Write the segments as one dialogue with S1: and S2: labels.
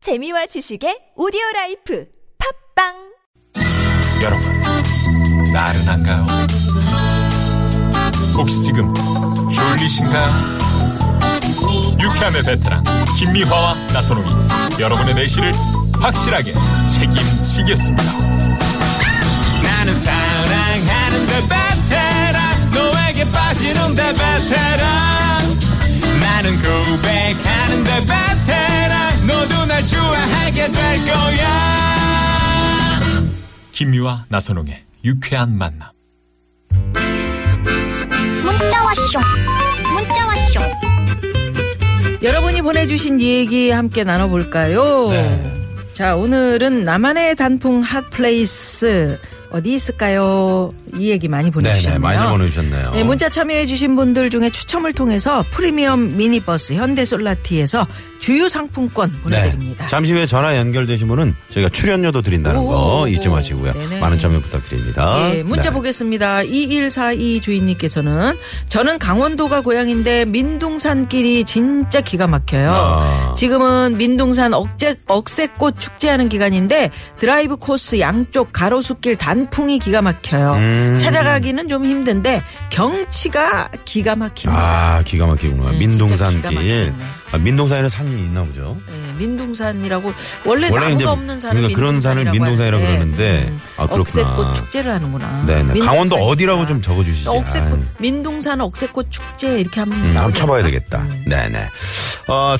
S1: 재미와 지식의 오디오 라이프 팝빵
S2: 여러분, 나른한가요? 혹시 지금 졸리신가요? 유쾌함의 베테랑 김미화와 나선홍이 여러분의 내실을 확실하게 책임지겠습니다.
S3: 나는 사랑하는데 베테랑 너에게 빠지는데 베테랑 나는 고백하는데 베테랑 너도 날 좋아하게 될 거야
S2: 김미화 나선홍의 유쾌한 만남.
S4: 문자 왔쇼 문자 왔쇼
S5: 여러분이 보내주신 얘기 함께 나눠볼까요?
S6: 네.
S5: 자, 오늘은 나만의 단풍 핫플레이스 어디 있을까요? 이 얘기 많이 보내주셨네요.
S6: 네네, 많이 보내주셨네요.
S5: 네, 문자 참여해주신 분들 중에 추첨을 통해서 프리미엄 미니버스 현대솔라티에서 주유 상품권
S6: 네,
S5: 보내드립니다.
S6: 잠시 후에 전화 연결되신 분은 저희가 출연료도 드린다는
S5: 오,
S6: 거 잊지 마시고요.
S5: 네네.
S6: 많은 참여 부탁드립니다.
S5: 예, 문자
S6: 네.
S5: 보겠습니다. 2142 주인님께서는 저는 강원도가 고향인데 민둥산길이 진짜 기가 막혀요.
S6: 아.
S5: 지금은 민둥산 억제, 억새꽃 축제하는 기간인데 드라이브 코스 양쪽 가로수길 단풍이 기가 막혀요.
S6: 음.
S5: 찾아가기는 좀 힘든데 경치가 기가 막힙니다.
S6: 아, 기가 막히구나.
S5: 네, 진짜 기가
S6: 민동산길.
S5: 막히겠네.
S6: 아, 민동산에는 산이 있나 보죠.
S5: 예, 민둥산이라고 원래
S6: 원래
S5: 나무가
S6: 이제
S5: 없는 산을
S6: 그러니까 그런 산을
S5: 민둥산이라고
S6: 민둥산이라고
S5: 하는데, 예,
S6: 그러는데, 아, 그렇구나.
S5: 억새꽃 축제를 하는구나.
S6: 네네. 강원도
S5: 아, 민둥산이구나.
S6: 어디라고 좀 적어주시지.
S5: 억새꽃
S6: 아이.
S5: 민둥산 억새꽃 축제 이렇게 한번
S6: 음, 한번
S5: 나오지
S6: 쳐봐야
S5: 않을까?
S6: 되겠다.
S5: 음.
S6: 네네. 어,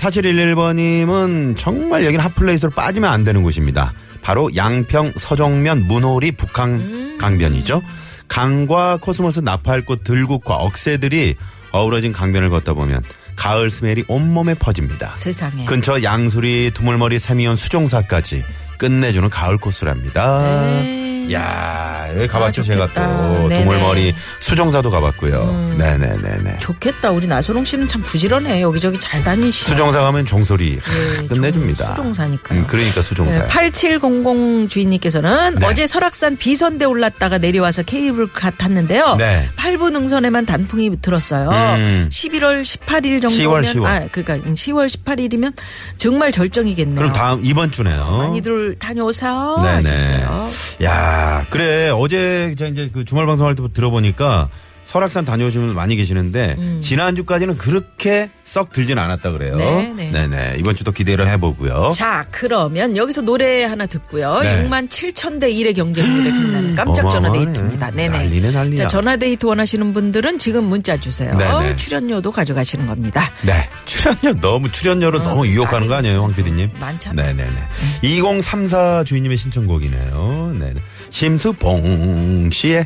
S6: 4711번님은 정말 여긴 핫플레이스로 빠지면 안 되는 곳입니다. 바로 양평 서정면 문호리 북항
S5: 음.
S6: 강변이죠. 강과 코스모스 나팔꽃 들국화 억새들이 어우러진 강변을 걷다 보면 가을 스멜이 온몸에 퍼집니다.
S5: 세상에.
S6: 근처 양수리, 두물머리, 세미연, 수종사까지 끝내주는 가을 코스랍니다.
S5: 네.
S6: 야, 여기 가봤죠
S5: 아,
S6: 제가
S5: 좋겠다.
S6: 또
S5: 네네. 음.
S6: 두물머리, 수종사도 가봤고요. 네네네네.
S5: 좋겠다. 우리 나소롱 씨는 참 부지런해. 여기저기 잘 다니시죠.
S6: 수종사 가면 종소리
S5: 예,
S6: 하, 끝내줍니다.
S5: 종- 수종사니까요.
S6: 음, 그러니까 수종사.
S5: 네, 8700 주인님께서는
S6: 네.
S5: 어제 설악산 비선대 올랐다가 내려와서 케이블카 탔는데요.
S6: 네.
S5: 8부 능선에만 단풍이 들었어요.
S6: 음.
S5: 11월 18일 정도면
S6: 10월, 10월.
S5: 아 그러니까 10월 18일이면 정말 절정이겠네요.
S6: 그럼 다음 이번 주네요.
S5: 많이들 다녀오세요.
S6: 네네.
S5: 하셨어요.
S6: 야, 그래 어제 제가 이제 그 주말 방송할 때 들어보니까 설악산 다녀오신 분 많이 계시는데 지난 주까지는 그렇게 썩 들진 않았다 그래요.
S5: 음. 네네.
S6: 네네. 이번 주도 기대를 해보고요.
S5: 자, 그러면 여기서 노래 하나 듣고요.
S6: 어? 네.
S5: 6만 7천 대 1의 경쟁률에 빛나는 깜짝 전화
S6: 어마어마하네.
S5: 데이트입니다. 네네.
S6: 난리네, 난리야.
S5: 자, 전화 데이트 원하시는 분들은 지금 문자 주세요.
S6: 네네.
S5: 출연료도 가져가시는 겁니다.
S6: 네. 출연료 너무 출연료로 너무 유혹하는 거 아니에요, 황 PD님?
S5: 어, 많잖아.
S6: 네네네.
S5: 음.
S6: 2034 주인님의 신청곡이네요. 네네. 심수봉 씨의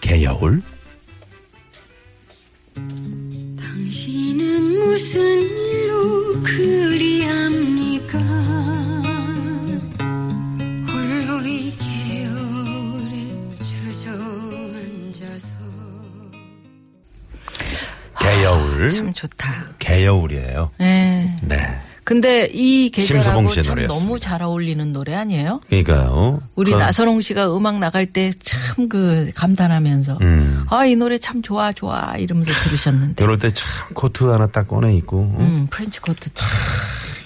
S6: 개여울.
S7: 당신은 무슨 일로 그리합니까 홀로 이 겨울에 주저앉아서
S6: 개여울.
S5: 아, 참 좋다.
S6: 개여울이에요.
S5: 예.
S6: 네.
S5: 근데 이 계절하고
S6: 심수봉 씨의
S5: 참
S6: 노래였습니다.
S5: 너무 잘 어울리는 노래 아니에요?
S6: 그러니까요.
S5: 우리
S6: 그-
S5: 나선홍 씨가 음악 나갈 때 참 그 감탄하면서
S6: 음.
S5: 아, 이 노래 참 좋아 좋아 이러면서 들으셨는데.
S6: 이럴 때 참 코트 하나 딱 꺼내 입고 어?
S5: 음, 프렌치 코트 참.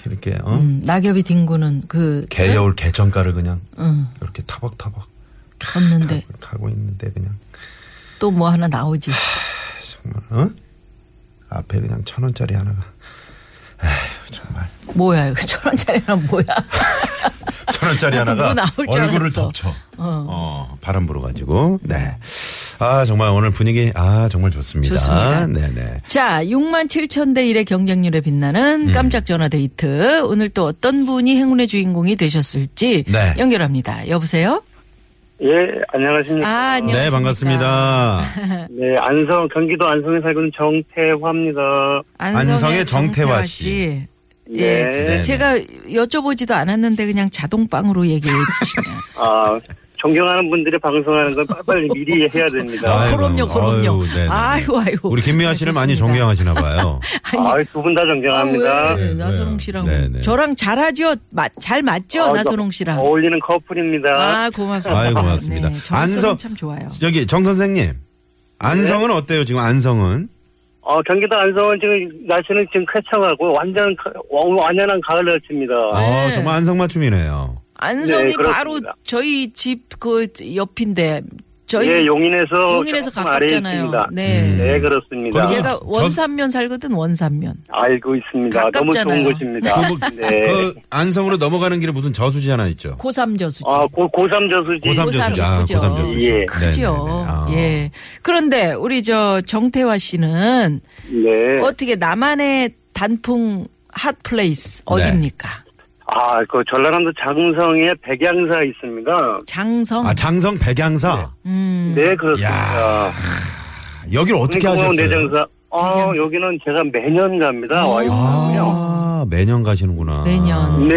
S6: 이렇게 어?
S5: 음, 낙엽이 뒹구는 그
S6: 개여울 개정가를 그냥
S5: 음.
S6: 이렇게 타박타박
S5: 걷는데
S6: 가고 있는데 그냥
S5: 또 뭐 하나 나오지.
S6: 정말 어? 앞에 그냥 천 원짜리 하나가 에휴, 정말
S5: 뭐야 이거 천 원짜리란 뭐야?
S6: 천 원짜리
S5: 나도
S6: 하나가
S5: 뭐 나올 줄
S6: 얼굴을
S5: 알았어.
S6: 덮쳐. 어, 바람 불어가지고. 네. 아, 정말 오늘 분위기, 아, 정말 좋습니다.
S5: 좋습니다.
S6: 네네.
S5: 자, 6만 7천 대 1의 경쟁률에
S6: 음.
S5: 빛나는 깜짝 전화 데이트. 오늘 또 어떤 분이 행운의 주인공이 되셨을지
S6: 네.
S5: 연결합니다. 여보세요?
S8: 예, 안녕하십니까.
S5: 아, 안녕하십니까.
S6: 네, 반갑습니다.
S5: 아.
S8: 네, 안성, 경기도 안성에 살고 있는 정태화입니다.
S5: 안성의,
S6: 안성의 정태화 씨.
S5: 예.
S8: 네.
S5: 제가 여쭤보지도 않았는데 그냥 자동빵으로 얘기해 주시네요.
S8: 아, 존경하는 분들이 방송하는 건 빨리빨리 미리 해야 됩니다.
S6: 아이고,
S5: 어,
S6: 예.
S5: 그럼요, 그럼요.
S6: 아유, 네네.
S5: 아이고, 아이고.
S6: 우리 김미아 씨를 많이
S5: 좋습니다.
S6: 존경하시나 봐요.
S5: 아니,
S8: 아, 두 분 다 존경합니다.
S5: 아, 왜?
S6: 네,
S5: 나선홍
S6: 왜요?
S5: 씨랑
S6: 네, 네.
S5: 저랑 잘하죠? 맞- 잘 맞죠?
S8: 아,
S5: 나선홍 씨랑.
S8: 어울리는 커플입니다.
S5: 아 고맙습니다.
S6: 아유, 고맙습니다.
S5: 네, 정성은
S6: 안성-
S5: 참 좋아요.
S8: 네.
S6: 여기 정 선생님. 안성은 어때요, 지금 안성은?
S8: 어, 경기도 안성은 지금 날씨는 지금 쾌청하고 완전 가- 와- 완연한 가을 날씨입니다.
S6: 어,
S5: 네.
S6: 정말 안성맞춤이네요.
S5: 안성이
S8: 네,
S5: 바로
S8: 그렇습니다.
S5: 저희 집 그 옆인데 저희
S8: 예, 용인에서
S5: 용인에서
S8: 조금 아래에
S5: 가깝잖아요.
S8: 있습니다.
S5: 네.
S6: 음.
S8: 네, 그렇습니다.
S6: 거기서
S5: 제가
S6: 전-
S5: 원산면 살거든 원산면.
S8: 알고 있습니다.
S5: 가깝잖아요.
S8: 너무 좋은 곳입니다. 네.
S6: 그 안성으로 넘어가는 길에 무슨 저수지 하나 있죠?
S5: 고삼저수지. 예,
S8: 아, 고, 고삼 저수지.
S6: 고삼
S5: 고삼이
S6: 저수지. 아,
S5: 크죠.
S6: 고삼 저수지.
S8: 예.
S5: 크죠.
S6: 네네네. 아.
S5: 예. 그런데 우리 저 정태화 씨는
S8: 네.
S5: 어떻게 나만의 단풍
S6: 네.
S5: 핫플레이스 어딥니까?
S8: 아, 그 전라남도 장성에 백양사 있습니다.
S5: 장성.
S6: 아, 장성 백양사. 아,
S5: 음.
S8: 네, 그렇습니다.
S6: 여기를 어떻게
S8: 국립공원
S6: 하셨어요?
S8: 내장사. 아,
S5: 백양사. 여기는
S8: 여기는 제가 매년 갑니다. 와이프랑요.
S6: 아, 매년 가시는구나. 아.
S5: 매년.
S8: 네,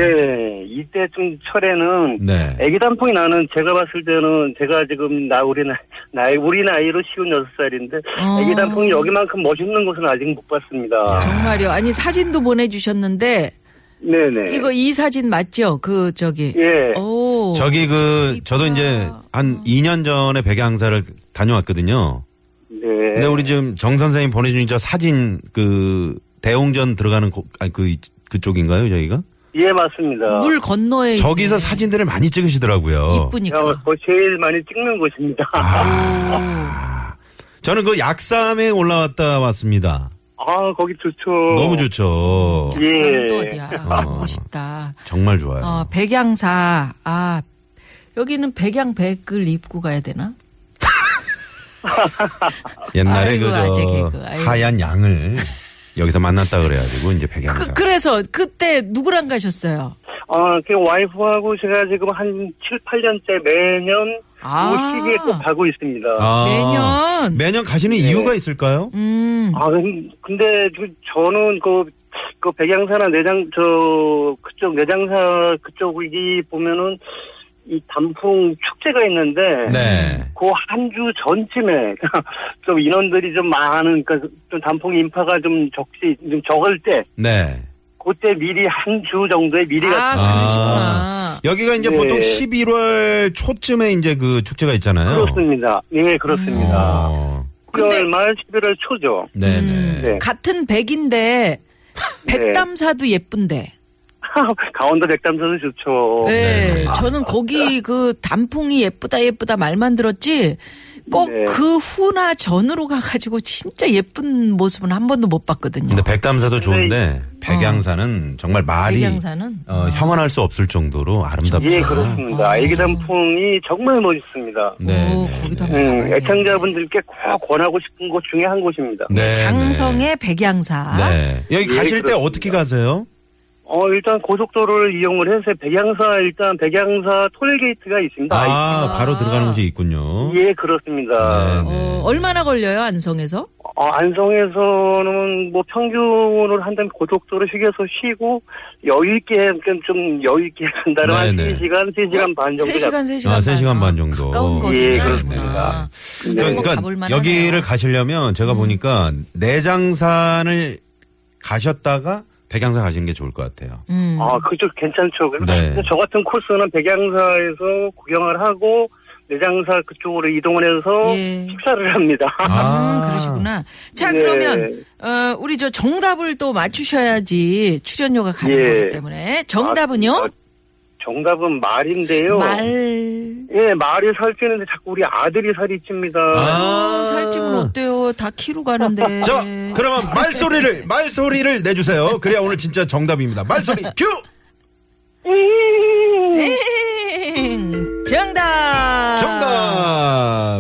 S8: 이때쯤 철에는
S6: 네.
S8: 애기 단풍이 나는 제가 봤을 때는 제가 지금 나 우리 나이, 나이 우리 나이로 56살인데
S5: 어.
S8: 애기 단풍이 여기만큼 멋있는 곳은 아직 못 봤습니다.
S5: 정말요. 아니 사진도 보내주셨는데
S8: 네네.
S5: 이거 이 사진 맞죠? 그 저기.
S8: 예.
S5: 오.
S6: 저기 그 저도 이제
S5: 아.
S6: 한 2년 전에 백양사를 다녀왔거든요.
S8: 네.
S6: 근데 우리 지금 정 선생님 보내준 저 사진 그 대웅전 들어가는 고, 아니 그 그쪽인가요, 저기가?
S8: 예 맞습니다.
S5: 물 건너에
S6: 저기서
S5: 있네.
S6: 사진들을 많이 찍으시더라고요.
S5: 이쁘니까.
S8: 제가 거의 제일 많이 찍는 곳입니다.
S6: 아. 저는 그 약삼에 올라왔다 왔습니다.
S8: 아 거기 좋죠.
S6: 너무 좋죠.
S8: 예.
S5: 백상은 또 어디야?
S6: 어.
S5: 가고 싶다.
S6: 정말 좋아요.
S5: 어, 백양사. 아, 여기는 백양백을 입고 가야 되나?
S6: 옛날에
S5: 아이고, 아재
S6: 그저
S5: 개그, 아이고.
S6: 하얀 양을 여기서 만났다 그래가지고 이제 백양사.
S5: 그, 래서 그때 누구랑 가셨어요?
S8: 아, 그 와이프하고 제가 지금 한 7, 8년째 매년
S5: 아.
S8: 50일 꼭 가고 있습니다. 아.
S6: 아,
S5: 그, 매년.
S6: 매년 가시는
S8: 네.
S6: 이유가 있을까요?
S5: 음.
S8: 아, 근- 근데 그- 저는 그, 그 백양사나 내장, 저, 그쪽, 내장사 그쪽이 보면은 이 단풍 축제가 있는데.
S6: 네.
S8: 그 한 주 전쯤에 좀 인원들이 좀 많은 그러니까 좀 단풍 인파가 좀 적지 좀 적을 때
S6: 네.
S8: 그때 미리 한 주 정도의 미리
S5: 아,
S8: 갔-
S5: 그러시구나.
S6: 여기가 이제
S8: 네.
S6: 보통 11월 초쯤에 이제 그 축제가 있잖아요.
S8: 그렇습니다. 예,
S5: 음.
S8: 그렇습니다.
S6: 어.
S8: 10월
S5: 근데-
S8: 말 11월 초죠.
S6: 네네.
S8: 네.
S5: 같은 백인데, 백담사도 예쁜데.
S8: 강원도 백담사도 좋죠.
S5: 네. 저는 거기 그 단풍이 예쁘다 예쁘다 말만 들었지, 꼭
S8: 네.
S5: 그 후나 전으로 가가지고 진짜 예쁜 모습은 한 번도 못 봤거든요.
S6: 근데 백담사도 좋은데
S8: 네.
S6: 백양사는 정말 말이
S5: 백양사는?
S6: 어, 형언할 수 없을 정도로 아름답죠.
S8: 아. 예, 그렇습니다. 애기 단풍이 정말 멋있습니다.
S6: 네.
S5: 오,
S6: 네,
S5: 거기다
S6: 네.
S5: 한번
S8: 음,
S5: 가봐야겠네.
S8: 애청자분들께 꼭 권하고 싶은 곳 중에 한 곳입니다.
S6: 네,
S5: 장성의 백양사.
S6: 네. 여기
S8: 예,
S6: 가실 때
S8: 그렇습니다.
S6: 어떻게 가세요?
S8: 어, 일단 고속도로를 이용을 해서 백양사, 일단 백양사 톨게이트가 있습니다.
S6: 아, 바로 들어가는 곳이 있군요.
S8: 예, 그렇습니다.
S6: 네, 네.
S5: 어, 얼마나 걸려요 안성에서?
S8: 어, 안성에서는 뭐 평균으로 한다면 고속도로 휴게소 쉬고 여유 있게 좀- 좀 여유 있게 간다면 한
S6: 네네.
S8: 3시간, 3시간 반 정도.
S5: 어, 3시간 3시간
S6: 아,
S5: 반.
S6: 세 시간 반 정도.
S5: 가까운 네. 거리
S8: 예, 그렇습니다.
S5: 뭐
S6: 그러니까 여기를 가시려면
S5: 음.
S6: 제가 보니까 내장산을 가셨다가 백양사 가시는 게 좋을 것 같아요.
S5: 음.
S8: 아, 그쪽 괜찮죠.
S6: 네.
S8: 근데 저 같은 코스는 백양사에서 구경을 하고 내장사 그쪽으로 이동을 해서
S5: 예.
S8: 식사를 합니다.
S5: 아, 그러시구나. 자,
S8: 네.
S5: 그러면, 어, 우리 저 정답을 또 맞추셔야지 출연료가 가는
S8: 예.
S5: 거기 때문에. 정답은요?
S8: 아, 정답은 말인데요.
S5: 말.
S8: 예, 말이 살찌는데 자꾸 우리 아들이 살이 찝니다.
S5: 어, 살찌면 네. 어때요? 다 키로 가는데.
S6: 아. 자, 그러면 말소리를 말소리를 내주세요. 그래야 오늘 진짜 정답입니다. 말소리 큐.
S5: 엥. 정답!
S6: 정답.
S5: 아,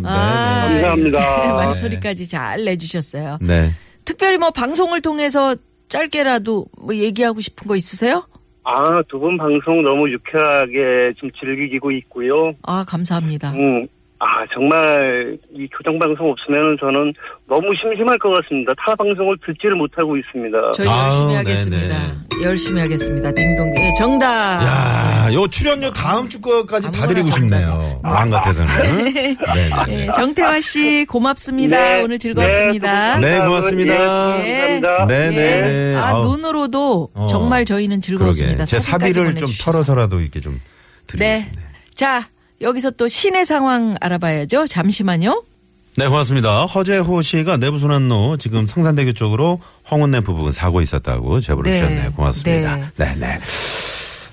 S6: 네, 네.
S8: 감사합니다.
S5: 말소리까지 잘 내주셨어요.
S6: 네.
S5: 특별히 뭐 방송을 통해서 짧게라도 뭐 얘기하고 싶은 거 있으세요?
S8: 아, 두 분 방송 너무 유쾌하게 좀 즐기고 있고요.
S5: 아, 감사합니다.
S8: 음, 아, 정말 이 교정방송 없으면 저는 너무 심심할 것 같습니다. 타 방송을 듣지를 못하고 있습니다.
S5: 저희
S6: 아우,
S5: 열심히
S6: 네네.
S5: 하겠습니다. 열심히 하겠습니다. 딩동. 예, 정답. 아, 네.
S6: 야, 요 출연료 다음 주 거까지 다 드리고 싶네요. 마음 같아서는. 네, 네.
S5: 예, 정태화 씨 고맙습니다.
S8: 네,
S5: 오늘 즐거웠습니다.
S6: 네,
S8: 감사합니다.
S6: 고맙습니다.
S8: 예, 감사합니다.
S6: 네, 네, 네.
S5: 아,
S6: 아우,
S5: 눈으로도
S6: 어.
S5: 정말 저희는
S6: 그러게.
S5: 즐거웠습니다.
S6: 제
S5: 사진까지
S6: 사비를 좀
S5: 보내주셔서.
S6: 털어서라도 이렇게 좀 드리고
S5: 네.
S6: 싶네요.
S5: 자, 여기서 또 시내 상황 알아봐야죠. 잠시만요.
S6: 네, 고맙습니다. 허재호 씨가 내부순환로 지금 상산대교 쪽으로 홍은램프 부근 사고 있었다고 제보를
S5: 네.
S6: 주셨네요. 고맙습니다.
S5: 네.
S6: 네, 네.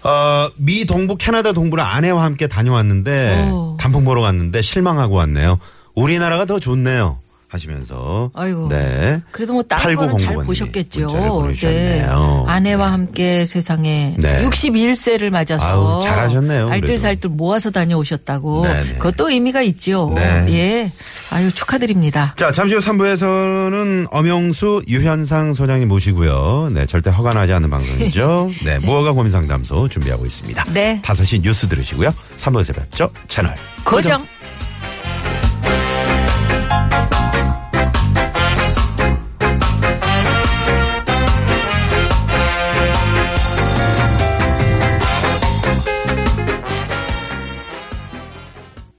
S6: 어, 미 동부 캐나다 동부를 아내와 함께 다녀왔는데
S5: 오.
S6: 단풍 보러 갔는데 실망하고 왔네요. 우리나라가 더 좋네요. 하시면서.
S5: 아이고.
S6: 네.
S5: 그래도 뭐 다른 거는 잘
S6: 8909번님
S5: 보셨겠죠.
S6: 문자를 보내주셨네요.
S5: 아내와 함께 세상에
S6: 네.
S5: 61세를 맞아서
S6: 아우, 잘하셨네요,
S5: 알뜰살뜰 모아서 다녀오셨다고.
S6: 네, 네.
S5: 그것도 의미가 있지요.
S6: 네.
S5: 예. 아유 축하드립니다.
S6: 자, 잠시 후 3부에서는 엄영수, 유현상 소장님 모시고요. 네, 절대 허가나지 않는 방송이죠. 네, 무허가 고민 상담소 준비하고 있습니다.
S5: 네.
S6: 5시 뉴스 들으시고요. 3부에서 뵙죠. 채널.
S5: 고정.